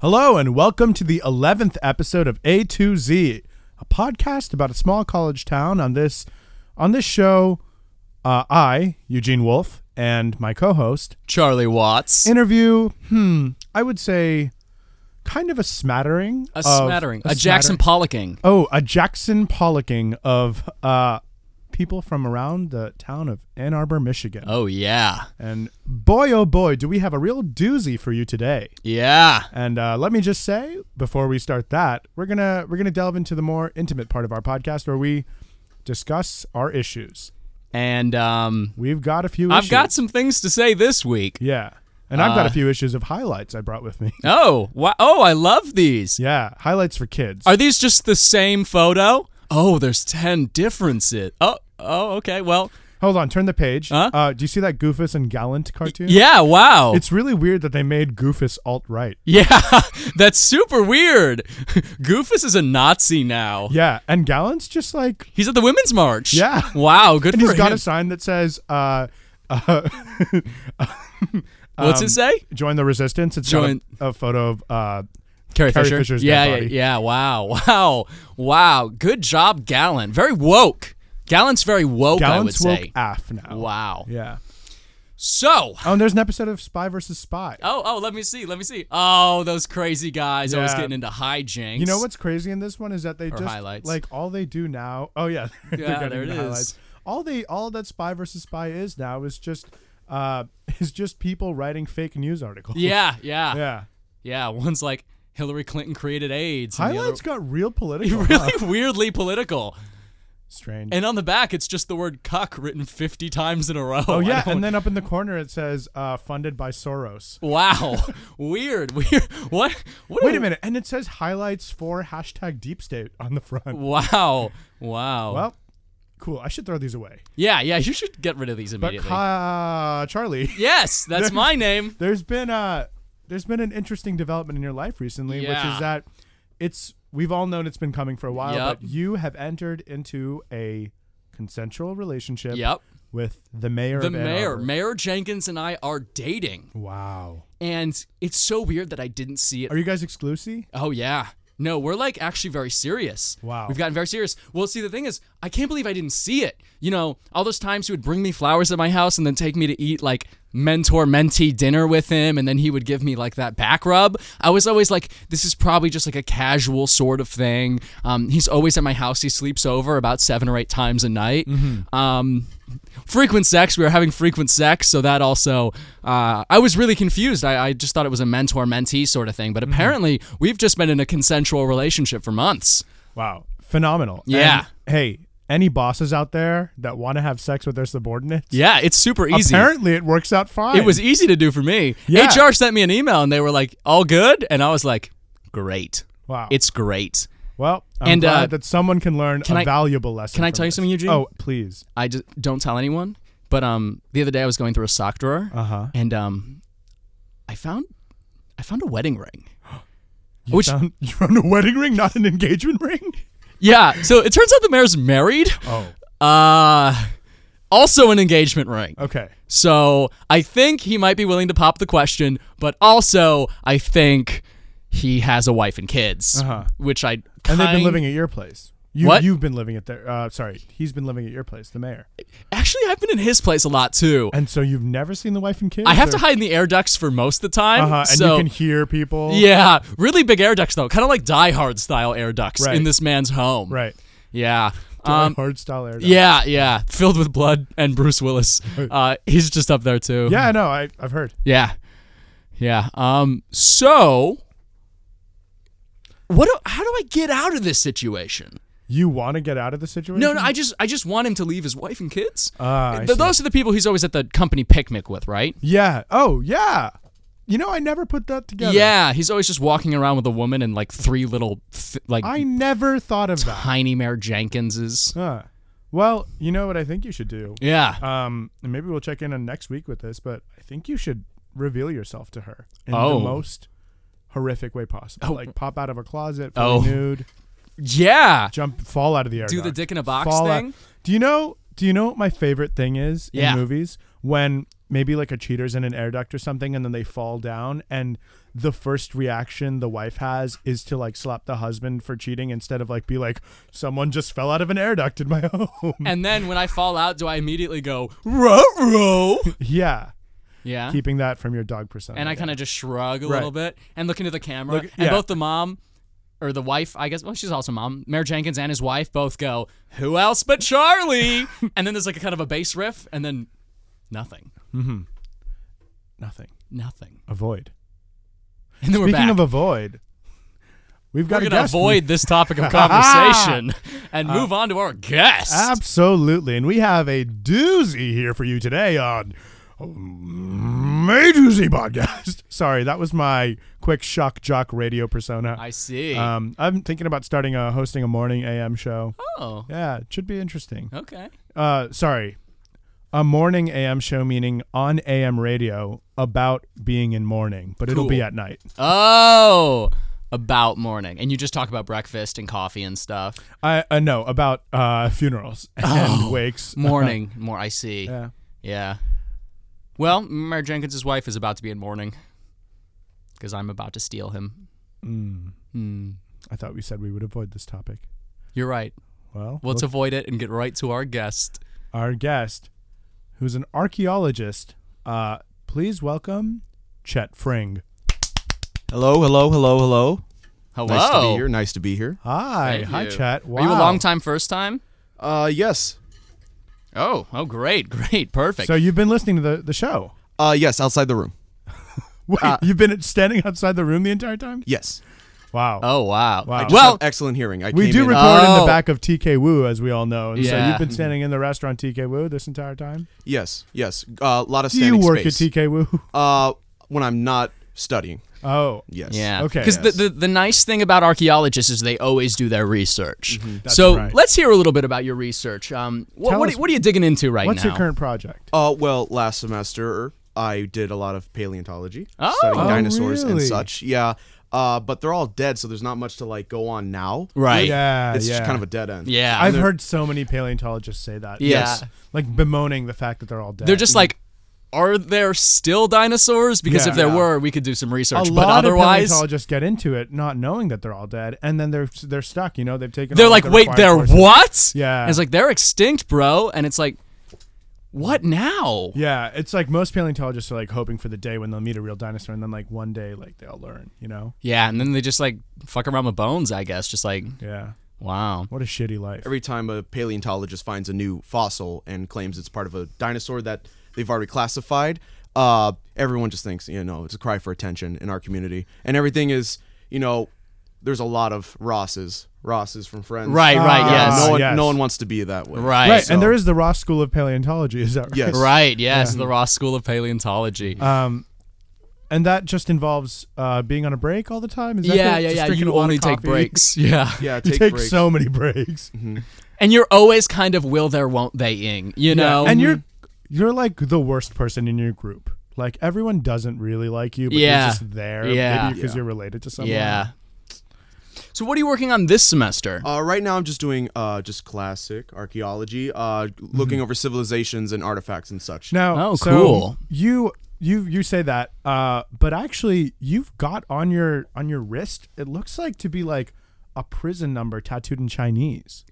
Hello, and welcome to the 11th episode of A2Z, a podcast about a small college town. On this, on this show, uh, I, Eugene Wolf, and my co host Charlie Watts. interview, hmm, I would say kind of a smattering. a of- smattering. A, Jackson smattering- Pollocking. Oh, a Jackson Pollocking of uh, people from around the town of Ann Arbor, Michigan. Oh, yeah. And boy, oh boy, do we have a real doozy for you today. Yeah. And uh, let me just say before we start that we're gonna we're gonna delve into the more intimate part of our podcast where we discuss our issues. And um, We've got a few. I've issues. got Uh. some things to say this week. yeah, and I've got a few issues of highlights I brought with me. Oh, wow. Oh, I love these. yeah, highlights for kids. Are these just the same photo? Oh, there's 10 differences. Oh, oh, okay. Well, Hold on, turn the page. Huh? Uh, do you see that Goofus and Gallant cartoon? yeah, wow. It's really weird that they made Goofus alt right. yeah, that's super weird. Goofus is a Nazi now. Yeah, and Gallant's just like He's at the Women's March. Yeah. Wow, good and for he's got him. a sign that says. Uh, uh, um, What's it say? join the resistance. It's got a- Join- a, photo of uh, Carrie, Carrie Fisher. Fisher's yeah, dead yeah, body. yeah. Wow, wow, wow. Good job, Gallant. Very woke. Gallant's very woke. Gallant's I would woke say. af now. Wow. Yeah. So. Oh, and there's an episode of Spy versus Spy. Oh, oh, let me see, let me see. Oh, those crazy guys always Yeah. getting into hijinks. You know what's crazy in this one is that they just highlights. like all they do now. Oh yeah, they're Yeah, getting there it the is. All they all that Spy versus Spy is now is just uh is just people writing fake news articles. Yeah, yeah, yeah. Yeah. One's like Hillary Clinton created AIDS. and the other- Highlights got real political. huh? really weirdly political. Strange. And on the back, it's just the word "cuck" written fifty times in a row. I oh yeah, don't- and then up in the corner it says uh funded by Soros. wow, weird, weird. What? what Wait a minute, and it says highlights for hashtag deep state on the front. Wow, wow. Well, cool. I should throw these away. Yeah, yeah, you should get rid of these But immediately. Ka- Charlie. yes, that's my name. there's been a there's been an interesting development in your life recently, which Yeah. is that it's we've all known it's been coming for a while, Yup. but you have entered into a consensual relationship Yep. with the mayor The of Ann mayor, Arbor. Mayor Jenkins and I are dating. Wow. And it's so weird that I didn't see it. Are you guys exclusive? Oh yeah. No, we're like actually very serious. Wow. We've gotten very serious. Well, see the thing is, I can't believe I didn't see it. You know, all those times he would bring me flowers at my house and then take me to eat like mentor mentee dinner with him and then he would give me like that back rub. I was always like this is probably just like a casual sort of thing. Um, he's always at my house. He sleeps over about 7 or 8 times a night. Um frequent sex. We were having frequent sex, so that also. Uh, I was really confused. I, I just thought it was a mentor mentee sort of thing, but apparently we've just been in a consensual relationship for months. Wow. Phenomenal. Yeah. And, hey, any bosses out there that want to have sex with their subordinates? Yeah, it's super easy. Apparently it works out fine. it was e- easy to do for me. Yeah. HR sent me an email and they were like, "All good," and I was like, "Great, wow. it's great." well, I'm and, glad uh, that someone can learn a I- valuable lesson. can I from tell you this. something, Eugene? Oh, please. I just don't tell anyone. But um, the other day I was going through a sock drawer, Uh-huh. and um, I found, I found a wedding ring. You Which- found, you found a wedding ring, not an engagement ring? Yeah. So it turns out the mayor's married. Oh. Uh also an engagement ring. Okay. So I think he might be willing to pop the question, but also I think he has a wife and kids, Uh-huh. which I And they've been kind- living at your place. You, What? You've been living at their. Uh, sorry, he's been living at your place, the mayor. Actually, I've been in his place a lot too. And so you've never seen the wife and kids. I have to or- hide in the air ducts for most of the time. Uh-huh, and so you can hear people. yeah, really big air ducts though, kind of like Die Hard style air ducts Right. in this man's home. Right. Yeah. Um, Um, hard style air. yeah, yeah, filled with blood and Bruce Willis. Uh, he's just up there too. Yeah. No, I I've heard. Yeah. Yeah. Um so what do, how do I get out of this situation? You want to get out of the situation? No, no, I just I just want him to leave his wife and kids. Ah, I Th- see. those are the people he's always at the company picnic with, right? yeah. Oh, yeah. You know, I never put that Yeah, together. he's always just walking around with a woman and like three little th- like I never thought of that. tiny Mare Jenkinses. Huh. Well, you know what I think you should do. Yeah. Um, and maybe we'll check in on next week with this, but I think you should reveal yourself to her in Oh. the most horrific way possible. Like pop out of a closet, fully Oh. nude, Yeah. jump, fall out of the air. Do the duct, dick in a box fall out- thing? Do you know? Do you know what my favorite thing is Yeah. in movies? When maybe like a cheater's in an air duct or something and then they fall down and the first reaction the wife has is to like slap the husband for cheating instead of like be like, someone just fell out of an air duct in my home. And then when I fall out, do I immediately go row row? yeah. Yeah. Keeping that from your dog persona. and I kind of just shrug a Right. little bit and look into the camera. Look- And yeah. both the mom or the wife, I guess, well, she's also mom, Mayor Jenkins and his wife both go, Who else but Charlie? and then there's like a kind of a bass riff and then nothing. nothing. Nothing. Avoid. And then we're Speaking back. of avoid, we've got we're going a to guest. We- Uh, avoid this topic of conversation and move on to our guest. Absolutely. And we have a doozy here for you today on May Doozy Podcast. Sorry, that was my quick shock jock radio persona. I see. um, I'm thinking about starting a hosting a morning AM show. oh, Yeah, it should be interesting. okay. Uh, sorry, a morning AM show meaning on AM radio about being in mourning, but it'll be Cool. at night. Oh, about morning. And you just talk about breakfast and coffee and stuff. I uh, no about uh, funerals and Oh. wakes. Morning, more I see. Yeah. Yeah. Well, Mayor Jenkins' wife is about to be in mourning because I'm about to steal him. Mm. I thought we said we would avoid this topic. You're right. Well, Let's avoid it and get right to our guest. our guest, who's an archaeologist. Uh, please welcome Chet Fring. Hello, hello, hello, hello. Hello. Nice to be here. Nice to be here. Hi, Thank hi, you. Chet. Wow. Are you a long time first time? Uh, yes. Oh, oh, great, great, perfect. So you've been listening to the the show. Uh, yes. Outside the room. Wait, Uh, you've been standing outside the room the entire time. Yes. Wow. oh, wow. Wow. Well, Excellent hearing. I we came do in- uh, record in Oh. the back of TK Woo, as we all know, and so Yeah. you've been standing in the restaurant TK Woo this entire time. yes. Yes. A lot of Do you standing work space. at TK Woo? uh, when I'm not studying. Oh, Yes. Yeah. Okay. Because Yes. the, the, the nice thing about archaeologists is they always do their research. so Mm-hmm. right. let's hear a little bit about your research. Um, what, Tell what, us- are- what are you digging into right What's now? your current project? Uh, well, last semester I did a lot of paleontology, Oh. studying Oh, dinosaurs and really? such. Yeah. Uh, but they're all dead, so there's not much to like go on now. Right. Yeah, It's yeah. just kind of a dead end. Yeah. I've heard so many paleontologists say that. Yeah. Yes. Like bemoaning the fact that they're all dead. They're just like, are there still dinosaurs? Because Yeah. if there Yeah. were, we could do some a research. but lot of otherwise, paleontologists get into it not knowing that they're all dead, and then they're they're stuck. You know, they've taken. they're all like, the wait, required they're courses." what? Yeah. And it's like, they're extinct, bro. And it's like, what now? Yeah, it's like most paleontologists are like hoping for the day when they'll meet a real dinosaur, and then like one day like they'll learn. You know? Yeah. And then they just like fuck around with bones, I guess. Just like, Yeah. wow. What a shitty life. Every time a paleontologist finds a new fossil and claims it's part of a dinosaur that they've already classified, uh, everyone just thinks, you know, it's a cry for attention in our community. And everything is, you know, there's a lot of Rosses, Rosses from Friends. Right, right, Ah, Yeah, yes. No one, yes. no one wants to be that way. Right. right, so- and there is the Ross School of Paleontology. Is that right? Yes. Right. Yes. The Ross School of Paleontology. Um, and that just involves uh, being on a break all the time. Is that yeah. the- Yeah. just Yeah. drinking a You lot of only take coffee? breaks. Yeah. Yeah, You take, take, breaks. so many breaks. And you're always kind of will there, won't they ing, you know? and you're Mm-hmm. you're like the worst person in your group. Like everyone doesn't really like you, but Yeah. you're just there. Yeah. maybe because Yeah. you're related to someone. Yeah. So what are you working on this semester? Uh, right now, I'm just doing uh, just classic archaeology, uh, Mm-hmm. looking over civilizations and artifacts and such. Now, Oh, so cool. You you you say that, uh, but actually, you've got on your on your wrist. It looks like to be like a prison number tattooed in Chinese.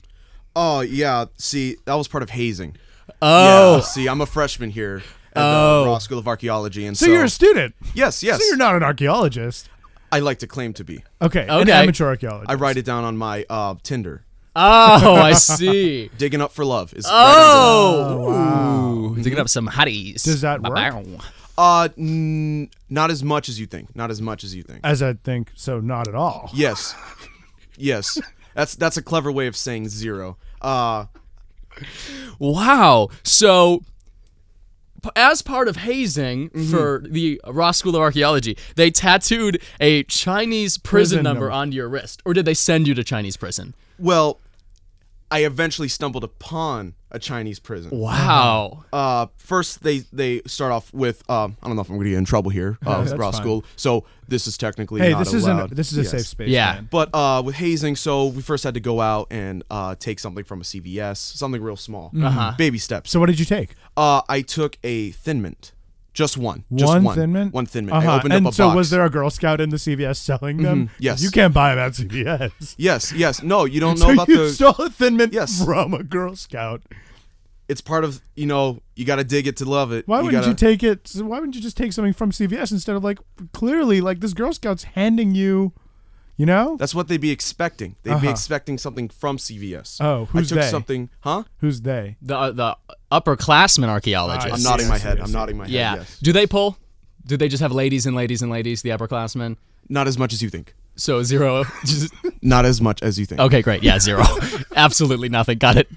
Oh yeah, see that was part of hazing. Oh. yeah, see I'm a freshman here at Oh. the Ross School of Archaeology, and So, you're a student. yes, yes, So you're not an archaeologist. I like to claim to be. Okay. An Okay. amateur archaeologist. I write it down on my uh, Tinder. Oh, I see. Digging up for love is. Oh, wow. digging up some hotties. Does that work? Ba-bow. Right under- uh, n- not as much as you think. Not as much as you think. As I think, so not at all. yes, yes. That's that's a clever way of saying zero. Uh, Wow. So, p- as part of hazing Mm-hmm. for the Ross School of Archaeology, they tattooed a Chinese prison, Prison number number. onto your wrist, or did they send you to Chinese prison? well, I eventually stumbled upon a Chinese prison. Wow. Uh, first, they they start off with um, I don't know if I'm going to get in trouble here. Uh, with that's raw fine. school. So this is technically Hey, not this is allowed. an, this is a Yes. safe space. Yeah. man. But uh, with hazing, so we first had to go out and uh, take something from a CVS, something real small, Mm-hmm. baby steps. So what did you take? Uh, I took a Thin Mint, just one, just one one, Thin Mint? one Thin Mint. Uh-huh. I opened and up a so box. Mm-hmm. was there a Girl Scout in the CVS selling them? Yes. You can't buy them at CVS. Yes, yes. No, you don't know so about you the. stole a Thin Mint Yes. from a Girl Scout. it's part of you know you got to dig it to love it. Why you wouldn't gotta, you take it? so Why wouldn't you just take something from CVS instead of like clearly like this Girl Scout's handing you, you know? That's what they'd be expecting. They'd be expecting something from CVS. Uh-huh. Oh, who's I took they? something, huh? Who's they? The uh, the upperclassmen archaeologists. I I'm see, nodding I my see, head. I I'm see. nodding my head. Yeah. Yes. Do they pull? Do they just have ladies and ladies and ladies, the upperclassmen? Not as much as you think. So zero. Just, Not as much as you think. okay, great. Yeah, zero. Absolutely nothing. Got it.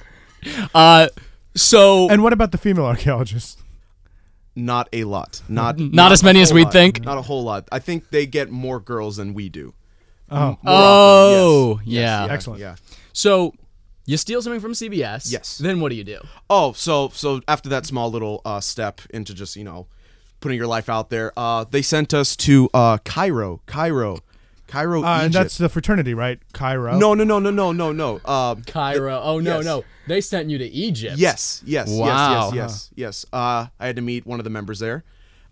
Uh, so And what about the female archaeologists? Not a lot. Not not, as a many whole as we'd lot. think. Not a whole lot. I think they get more girls than we do. Oh. Oh, yeah. yeah. Excellent. Yeah. so you steal something from CBS. Yes. Then what do you do? Oh, so so after that small little uh, step into just you know putting your life out there, uh, they sent us to uh, Cairo, Cairo, Cairo, Uh, and Egypt. that's the fraternity, right? Cairo. no, no, no, no, no, no, no. Um, Cairo. Oh no, yes. no. They sent you to Egypt. yes, yes, Wow. yes, yes, yes, yes. Uh, I had to meet one of the members there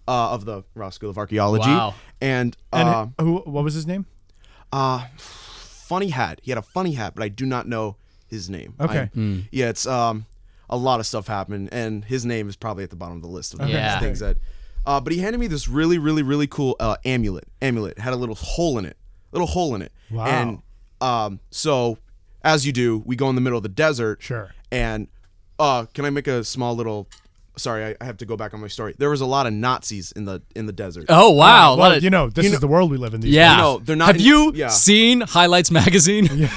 uh, of the Ross School of Archaeology, Wow. and, And uh, who? What was his name? funny hat. He had a funny hat, but I do not know his name. Okay. I- Yeah, it's um a lot of stuff happened, and his name is probably at the bottom of the list of Yeah. things that. Uh, but he handed me this really, really, really cool uh, amulet. Amulet It had a little hole in it, little hole in it. Wow. And um, so, as you do, we go in the middle of the desert. Sure. And uh, can I make a small little? Sorry, I, I have to go back on my story. There was a lot of Nazis in the in the desert. Oh wow. well, What a- you know, this is the world we live in. These Yeah. You know, they're not Have in- you yeah. seen Highlights magazine?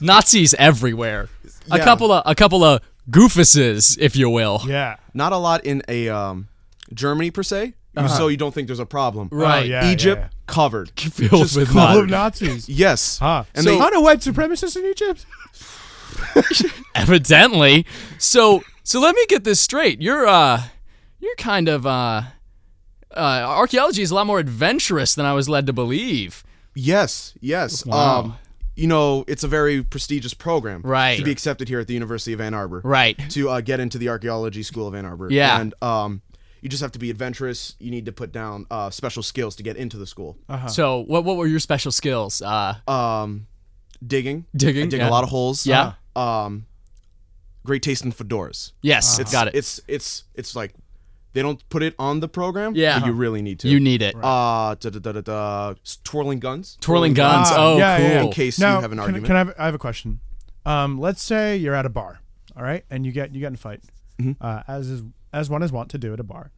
Nazis everywhere. A Yeah. couple of a couple of goofuses, if you will. days. Yeah. Not a lot in a um, Germany per se. So you don't think there's a problem. Right. Oh, Uh-huh. yeah, Egypt yeah, covered. Filled Just with Full Nazis. of Nazis. Yes. Huh. And so, they, ton of white supremacists in Egypt. Evidently. So so let me get this straight. You're uh you're kind of uh uh archaeology is a lot more adventurous than I was led to believe. yes, yes. Wow. Um, you know, it's a very prestigious program Right. to be accepted here at the University of Ann Arbor. Right. To uh, get into the archaeology school of Ann Arbor. Yeah. And um, you just have to be adventurous. You need to put down uh, special skills to get into the school. So what what were your special skills? Uh Uh-huh. Um, digging. Digging, I dig yeah. a lot of holes. Yeah. Um, great taste in fedoras. yes, Uh, It's, got it. It's it's it's like they don't put it on the program. Yeah. But you really need to. you need it. Uh, da, da, da, da, da, s- twirling guns. Twirling guns. Ah, oh, yeah, cool. yeah, yeah. In case now, you have an can, argument. Can I have, I have a question? Um, let's say you're at a bar, all right, and you get you get in a fight, Mm-hmm. uh, as is as one is wont to do at a bar.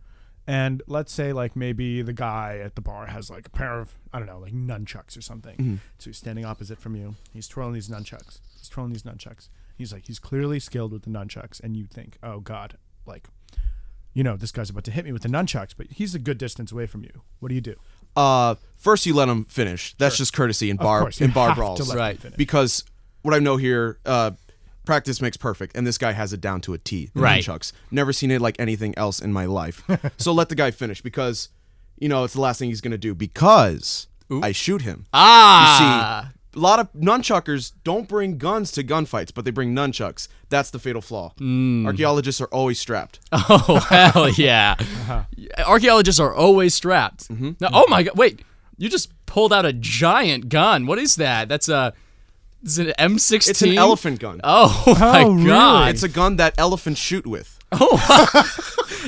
And let's say like maybe the guy at the bar has like a pair of I don't know like nunchucks or something. Mm-hmm. So he's standing opposite from you. He's twirling these nunchucks. He's twirling these nunchucks. He's like he's clearly skilled with the nunchucks, and you think, oh god, like, you know, this guy's about to hit me with the nunchucks, but he's a good distance away from you. What do you do? Uh, first you let them finish. That's just courtesy in bar course, you in bar have to brawls, let 'em Right. finish. Because what I know here, uh, practice makes perfect, and this guy has it down to a T. the Right. nunchucks. Never seen it like anything else in my life. so let the guy finish because, you know, it's the last thing he's gonna do. Because I shoot him. ah. See, a lot of nunchuckers don't bring guns to gunfights, but they bring nunchucks. That's the fatal flaw. Hmm. Archaeologists are always strapped. Oh hell yeah! Uh-huh. Archaeologists are always strapped. Mm-hmm. Now, oh my god! Wait, you just pulled out a giant gun. What is that? That's a. Is it an M16? It's an elephant gun. Oh, my really? god! It's a gun that elephants shoot with.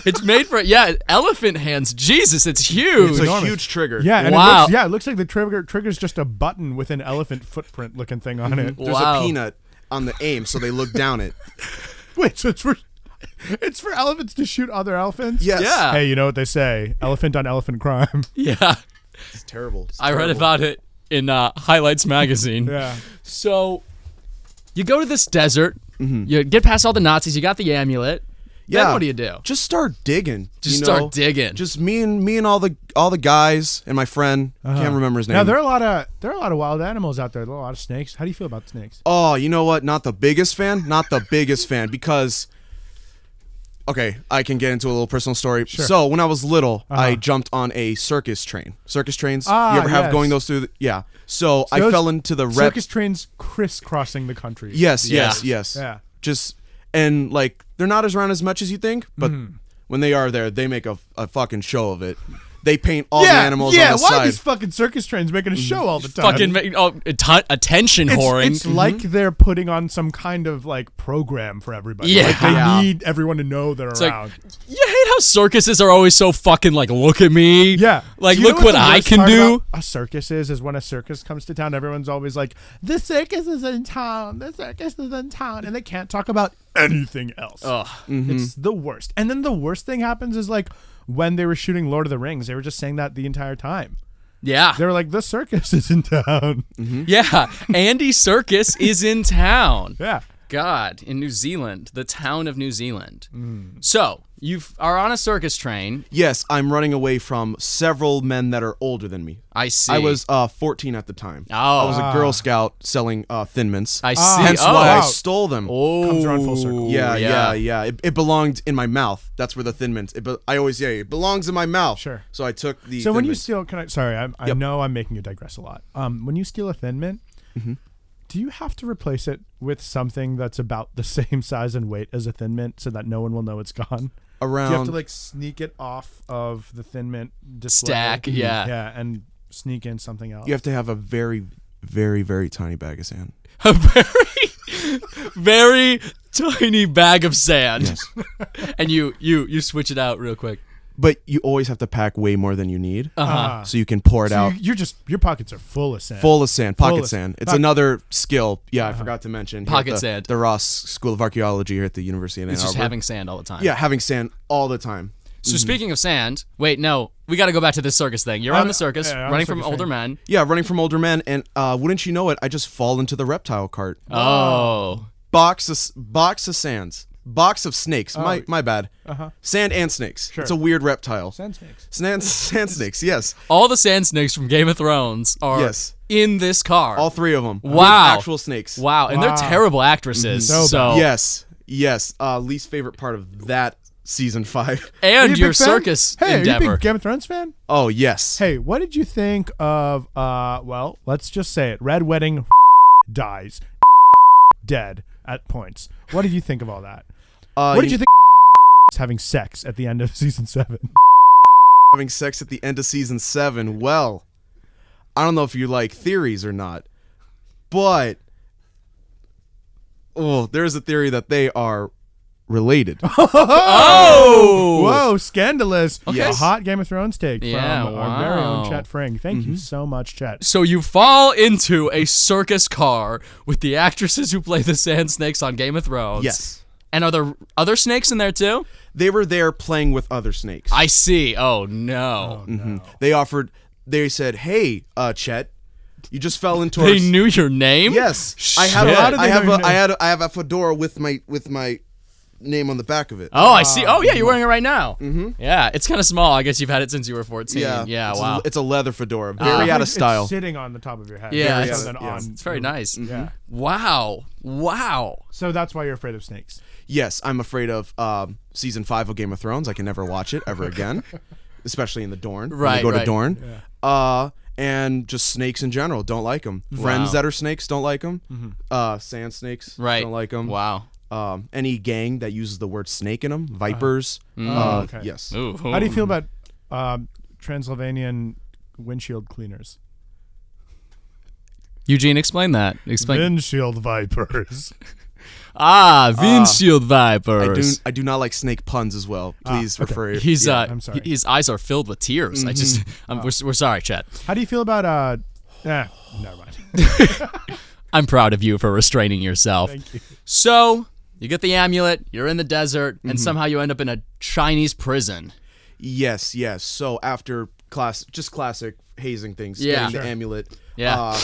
It's made for yeah, elephant hands. Jesus, it's huge. It's a enormous. huge trigger. Yeah, and it Wow. looks, yeah, it looks like the trigger trigger's just a button with an elephant footprint looking thing on it. There's Wow. a peanut on the aim, so they look down it. Wait, so it's for it's for elephants to shoot other elephants? Yes. Yeah. Hey, you know what they say? Elephant on elephant crime. yeah, It's terrible. It's I read terrible. about it in uh, Highlights magazine. yeah. Mm-hmm. So, you go to this desert. You get past all the Nazis. You got the amulet. Then what do you do? Just start digging. Just you start know? digging. Just me and me and all the all the guys and my friend. Can't remember his name. Uh-huh. Now there are a lot of there are a lot of wild animals out there. There are a lot of snakes. How do you feel about snakes? Oh, you know what? Not the biggest fan. Not the biggest fan because. Okay, I can get into a little personal story. So when I was little, I jumped on a circus train. Circus trains. Uh-huh. Ah, you ever have yes. going those through? The, yeah. So I Those fell into the rep. Circus trains crisscrossing the country. Yes, Yeah. yes, yes. Yeah. Just and like they're not as round as much as you think, but Mm-hmm. when they are there, they make a, a fucking show of it. They paint all the animals yeah. on the why are side. these fucking circus trains making a show all the time? Mm-hmm. Fucking ma- oh, atten- attention Uh, it's, whoring. it's like they're putting on some kind of like program for everybody. Yeah. Like, they Yeah. need everyone to know they're like- around. you hate how circuses are always so fucking like look at me. yeah. Like Do you know look what, the I worst can part do. about A circus is is when a circus comes to town, everyone's always like, "The circus is in town. The circus is in town," and they can't talk about anything else. Ugh. It's the worst. And then the worst thing happens is like when they were shooting Lord of the Rings, they were just saying that the entire time. Yeah. They were like, "The circus is in town." Mm-hmm. Yeah. Andy Circus is in town. Yeah. God, in New Zealand, the town of New Zealand. Hmm. So you are on a circus train. yes, I'm running away from several men that are older than me. I see. I was uh, 14 at the time. Oh. I was a Girl Scout selling uh, Thin Mints. I see. Hence oh. why I Ah. wow. stole them. oh. Comes around full circle. Yeah, yeah. yeah, yeah. It, it belonged in my mouth. That's where the Thin Mints. It be- I always say it belongs in my mouth. Sure. So I took the. So Thin when you Mints. steal, can I? Sorry, I, I know I'm making you digress a lot. Um, when you steal a thin mint, do you have to replace it with something that's about the same size and weight as a thin mint, so that no one will know it's gone? Do you have around to like sneak it off of the thin mint display? Mm-hmm. Stack, yeah. yeah, and sneak in something else. you have to have a very, very, very tiny bag of sand. a very very tiny bag of sand and you you you switch it out real quick but you always have to pack way more than you need Uh-huh. Ah. so you can pour it So out you, you're just your pockets are full of sand. full of sand pocket of- Uh-huh. sand it's poc- another skill yeah i forgot to mention here at Pocket the, sand. the ross school of archaeology here at the university of ann Oh, it's just Arbor. having sand all the time yeah having sand all the time so speaking of sand wait no we got to go back to this circus thing you're on the circus yeah, I'm a running from circus older fan. men yeah running from older men and uh, wouldn't you know it i just fall into the reptile cart oh box of s- box of sands box of snakes Oh. my my bad uh-huh. sand and snakes it's a weird reptile sand snakes. sand, sand snakes yes all the sand snakes from game of thrones are Yes. in this car all three of them Wow. actual snakes wow and they're terrible actresses So so Yes, yes. Uh, least favorite part of that season five. and Are you a your big fan? circus Hey, are you a endeavor big Game of Thrones fan? Oh yes. Hey, what did you think of uh well, let's just say it. Red Wedding dies. dead at points. What did you think of all that? uh, what did you think of having sex at the end of season 7? having sex at the end of season seven? Well, I don't know if you like theories or not, but oh, there's a theory that they are related. oh Whoa, scandalous. Yes. A hot Game of Thrones take Yeah, from our very wow. own Chet Fring. Thank Mm-hmm. you so much, Chet. So you fall into a circus car with the actresses who play the sand snakes on Game of Thrones. yes, And are there other snakes in there too? they were there playing with other snakes. I see. Oh no. Mhm. They offered. They said, "Hey, uh, Chet, you just fell into our They knew your name? Oh, Yes, I have. Shit. How did A, they I have. know A, your I had. A, I have a fedora with my with my name on the back of it. Oh, I see. Oh yeah, you're wearing it right now. Mm-hmm. Yeah. It's kinda small. I guess you've had it since you were fourteen. Yeah, it's wow. Uh-huh. A, it's a leather fedora, very out of Uh, It's style. sitting on the top of your head. Yeah, rather it's- than yes. on it's very your- nice. Yeah. Wow. Wow. So that's why you're afraid of snakes. yes, I'm afraid of um, season five of Game of Thrones. I can never watch it ever again, especially in the Dorn. when Right, you go right. to Dorn. Uh, and just snakes in general, don't like them. Friends that are snakes, don't like them. Uh, sand snakes, Mm-hmm. Right. don't like them. Wow. Uh-huh. Um, any gang that uses the word snake in them, vipers. Uh, okay. Yes. Mm. Oh, Ooh. How do you feel about um, Transylvanian windshield cleaners? Eugene, explain that. Explain Windshield vipers. Ah, windshield vipers. Ah, I do, I do not like snake puns as well. Please refer. He's yeah. uh, I'm sorry. his eyes are filled with tears. I just, I'm, we're, we're sorry, Chet. How do you feel about uh? Eh, never mind. I'm proud of you for restraining yourself. Thank you. So you get the amulet, you're in the desert, and somehow you end up in a Chinese prison. Yes, yes. So after class, just classic hazing things, Yeah. getting Sure. the amulet. Yeah. Uh,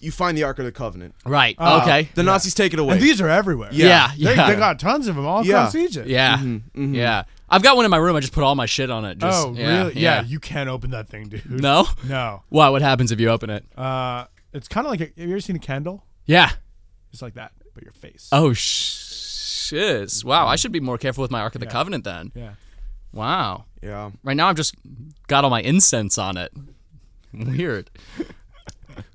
you find the Ark of the Covenant. Right. okay. The Nazis take it away. And these are everywhere. yeah. They, Yeah. they got tons of them all Yeah. across Egypt. yeah. Yeah. I've got one in my room. I just put all my shit on it. Just, Mm-hmm, Oh, yeah, really? Yeah. You can't open that thing, dude. no. No. Why? What happens if you open it? Uh, it's kind of like a, have you ever seen a candle? yeah. It's like that, but your face. Oh sh- shiz! Wow. I should be more careful with my Ark of the Covenant then. Mm-hmm. Yeah. Wow. yeah. Right now I've just got all my incense on it. Weird.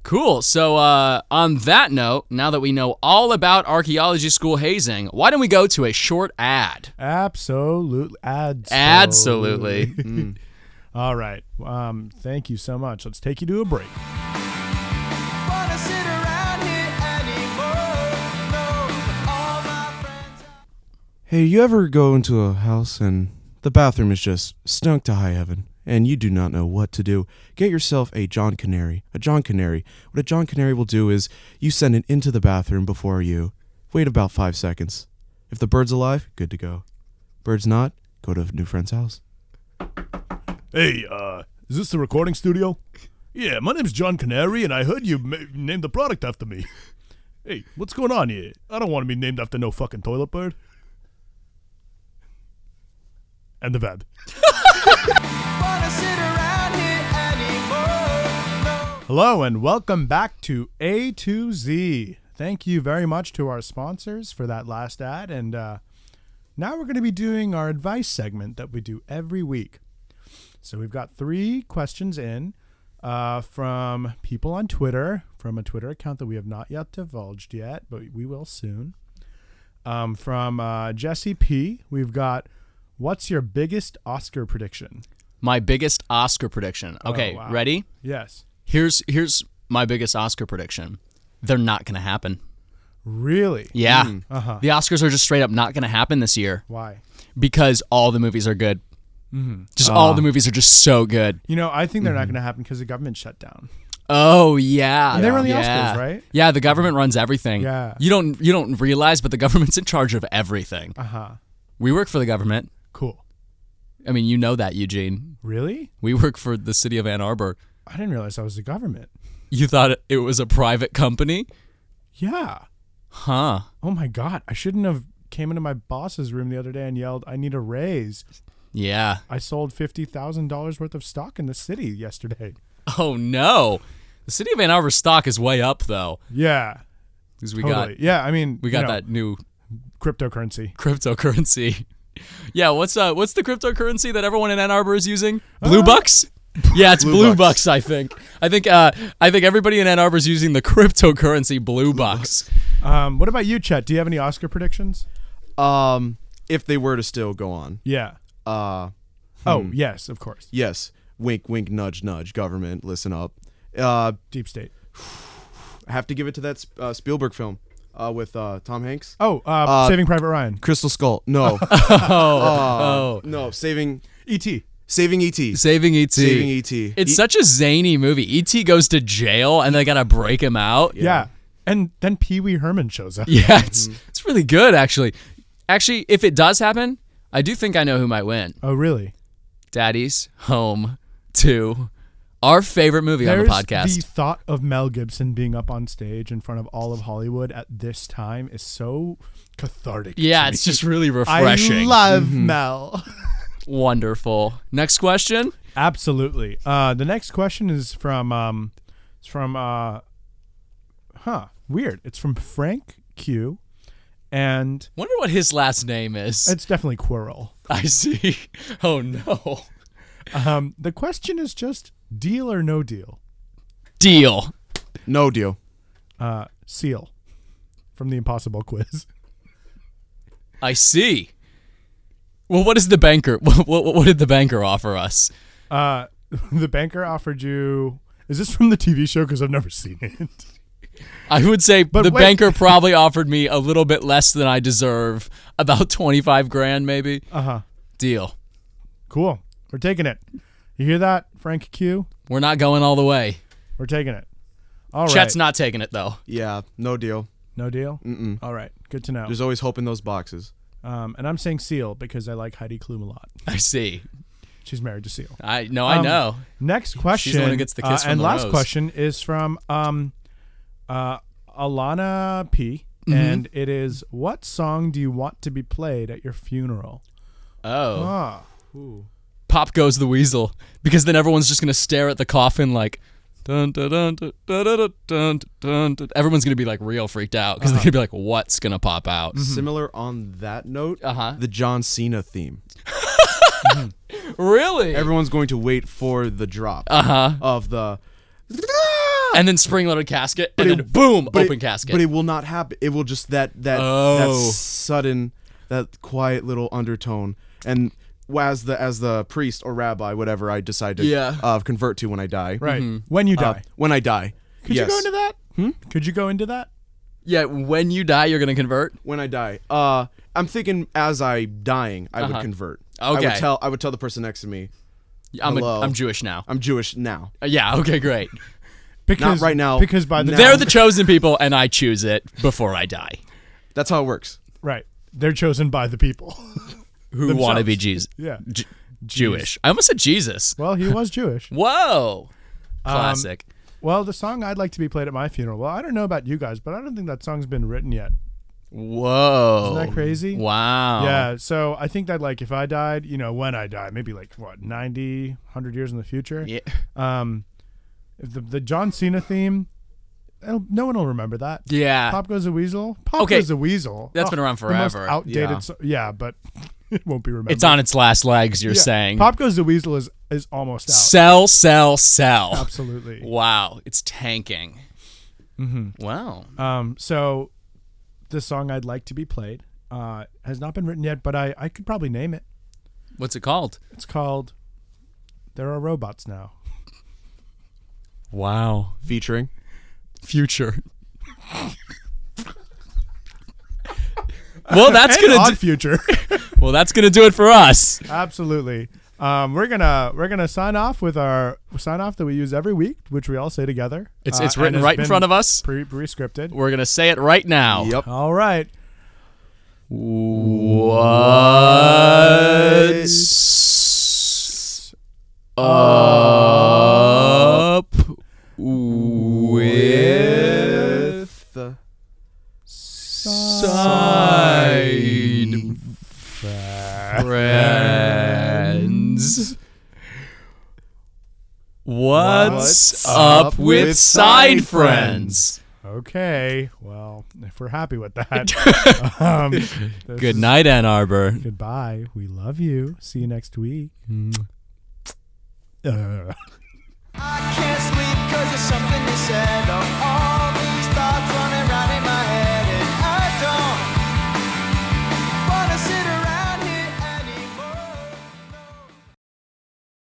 cool. So uh, on that note, now that we know all about archaeology school hazing, why don't we go to a short ad? Absolutely. Absolutely. Absolutely. All right. Um, thank you so much. Let's take you to a break. Hey, you ever go into a house and the bathroom is just stunk to high heaven and you do not know what to do? Get yourself a John Canary. A John Canary. What a John Canary will do is you send it into the bathroom before you. Wait about five seconds. If the bird's alive, good to go. Bird's not, go to a new friend's house. Hey, uh, is this the recording studio? Yeah, my name's John Canary, and I heard you ma- named the product after me. Hey, what's going on here? I don't want to be named after no fucking toilet bird. And the bed. Hello, and welcome back to A2Z. Thank you very much to our sponsors for that last ad. And uh, now we're going to be doing our advice segment that we do every week. So we've got three questions in uh, from people on Twitter, from a Twitter account that we have not yet divulged yet, but we will soon. Um, from uh, Jesse P, we've got, "What's your biggest Oscar prediction?" my biggest Oscar prediction. Okay, Oh, wow. ready? Yes, Here's here's my biggest Oscar prediction. They're not going to happen. really? Yeah. Uh-huh. The Oscars are just straight up not going to happen this year Why? because all the movies are good. Mm-hmm. Just all the movies are just so good. You know, I think they're not going to happen because the government shut down. Oh yeah, they run the yeah. Oscars, right? Yeah, the government runs everything. Yeah. you don't you don't realize, but the government's in charge of everything. Uh huh. We work for the government. Cool. I mean, you know that, Eugene. Really? We work for the city of Ann Arbor. I didn't realize that was the government. You thought it was a private company, Yeah. huh? Oh my God! I shouldn't have came into my boss's room the other day and yelled, "I need a raise." Yeah. I sold fifty thousand dollars worth of stock in the city yesterday. Oh no, the city of Ann Arbor stock is way up though, Yeah, because we totally. got yeah, I mean, we you got know, that new cryptocurrency. cryptocurrency. yeah, what's uh what's the cryptocurrency that everyone in Ann Arbor is using? Blue bucks? Yeah, it's Uh, blue, bucks. I think. I think uh I think everybody in Ann Arbor is using the cryptocurrency blue, bucks. Um, what about you, Chet? Do you have any Oscar predictions? Um, if they were to still go on. Yeah. Uh, Hmm. Oh yes, of course. yes. Wink, wink, nudge, nudge. Government, listen up. Uh, Deep state. I have to give it to that uh, Spielberg film uh, with uh, Tom Hanks. Oh, uh, Saving Private Ryan. Crystal Skull. No. Oh, Uh, No, saving E E.T. saving ET. saving E ET. Saving E ET. It's such a zany movie. ET goes to jail and they gotta break him out. Yeah. And then Pee Wee Herman shows up. Yeah, it's it's really good actually. Actually, if it does happen, I do think I know who might win. Oh really? Daddy's Home Two, our favorite movie on There's the podcast. the thought of Mel Gibson being up on stage in front of all of Hollywood at this time is so cathartic. to yeah, me. it's just really I refreshing. Mm-hmm. love Mel. Wonderful. Next question. Absolutely. Uh, the next question is from um, it's from uh, huh, weird. It's from Frank Q, and Wonder what his last name is. it's definitely Quirrell. I see. Oh no. Um, the question is just deal or no deal. Deal. E-, No deal. Uh, seal from the Impossible Quiz. I see. Well, what is the banker? What, what, what did the banker offer us? Uh, the banker offered you. Is this from the TV show? Because I've never seen it. I would say the wait- banker probably offered me a little bit less than I deserve, about twenty-five grand, maybe. Uh huh. Deal. Cool. We're taking it. You hear that, Frank Q? We're not going all the way. We're taking it. All right. Chet's not taking it though. Yeah, no deal. No deal. Mm-mm. right. Good to know. There's always hope in those boxes. Um, and I'm saying Seal because I like Heidi Klum a lot. I see. She's married to Seal. I no, I Um, know. Next question. one who gets the kiss uh, from and the last rose. question is from um, uh, Alana P. Mm-hmm. And it is what song do you want to be played at your funeral? Oh. Ah, Pop goes the weasel because then everyone's just gonna stare at the coffin like. Dun, dun, dun, dun, dun, dun, dun, dun, dun, dun. Everyone's gonna be like real freaked out because Uh-huh. they're gonna be like, "What's gonna pop out?" Mm-hmm. Similar on that note, Uh-huh. the John Cena theme. Really? Everyone's going to wait for the drop Uh-huh. of the. Ah! and then spring loaded casket, and then boom, But open it, casket. But it will not happen. It will just that that Oh. that sudden, that quiet little undertone, and as the as the priest or rabbi, whatever I decide to Yeah. uh, convert to when I die. right. Mm-hmm. When you die. Uh, when I die. Could yes. you go into that? Hmm? Could you go into that? yeah, when you die, you're gonna convert. when I die. Uh, I'm thinking as I dying, I would convert. I Uh-huh. Okay. would tell I would tell the person next to me, I'm a, Hello. I'm Jewish now. I'm Jewish now. Uh, yeah. Okay. Great. Because right now. Because by the Now. They're the chosen people, and I choose it before I die. That's how it works. right, they're chosen by the people. Who want to be Jesus? yeah. J- Jewish. I almost said Jesus. Well, he was Jewish. Whoa. Um, Classic. Well, the song I'd like to be played at my funeral. Well, I don't know about you guys, but I don't think that song's been written yet. Whoa. Isn't that crazy? Wow. Yeah, so I think that like if I died, you know, when I die, maybe like what 90, 100 years in the future. Yeah. Um, if the the John Cena theme, it'll- no one will remember that. Yeah. Pop goes the weasel. Pop Okay. goes the weasel. That's That's been around The forever. most outdated. Yeah. so- yeah but it won't be remembered. It's on its last legs, you're Yeah. saying. Pop goes the weasel is is almost out. sell, sell, sell. Absolutely. Wow. It's tanking. Mm-hmm. Wow. Um, so the song I'd like to be played uh, has not been written yet, but I, I could probably name it. What's it called? It's called There Are Robots Now. Wow. Featuring. Future. well, that's And gonna Odd do, Future. well, that's gonna do it for us. Absolutely. Um, we're gonna we're gonna sign off with our sign off that we use every week, which we all say together. It's uh, it's and written has right in been front of us. Pre pre-scripted. We're gonna say it right now. Yep. All right. What's up with side friends? What's up The- with side friends? Okay. Well, if we're happy with that. um, this Good is- night, Ann Arbor. Goodbye. We love you. See you next week. Uh. Mm. I can't sleep 'cause there's something you said.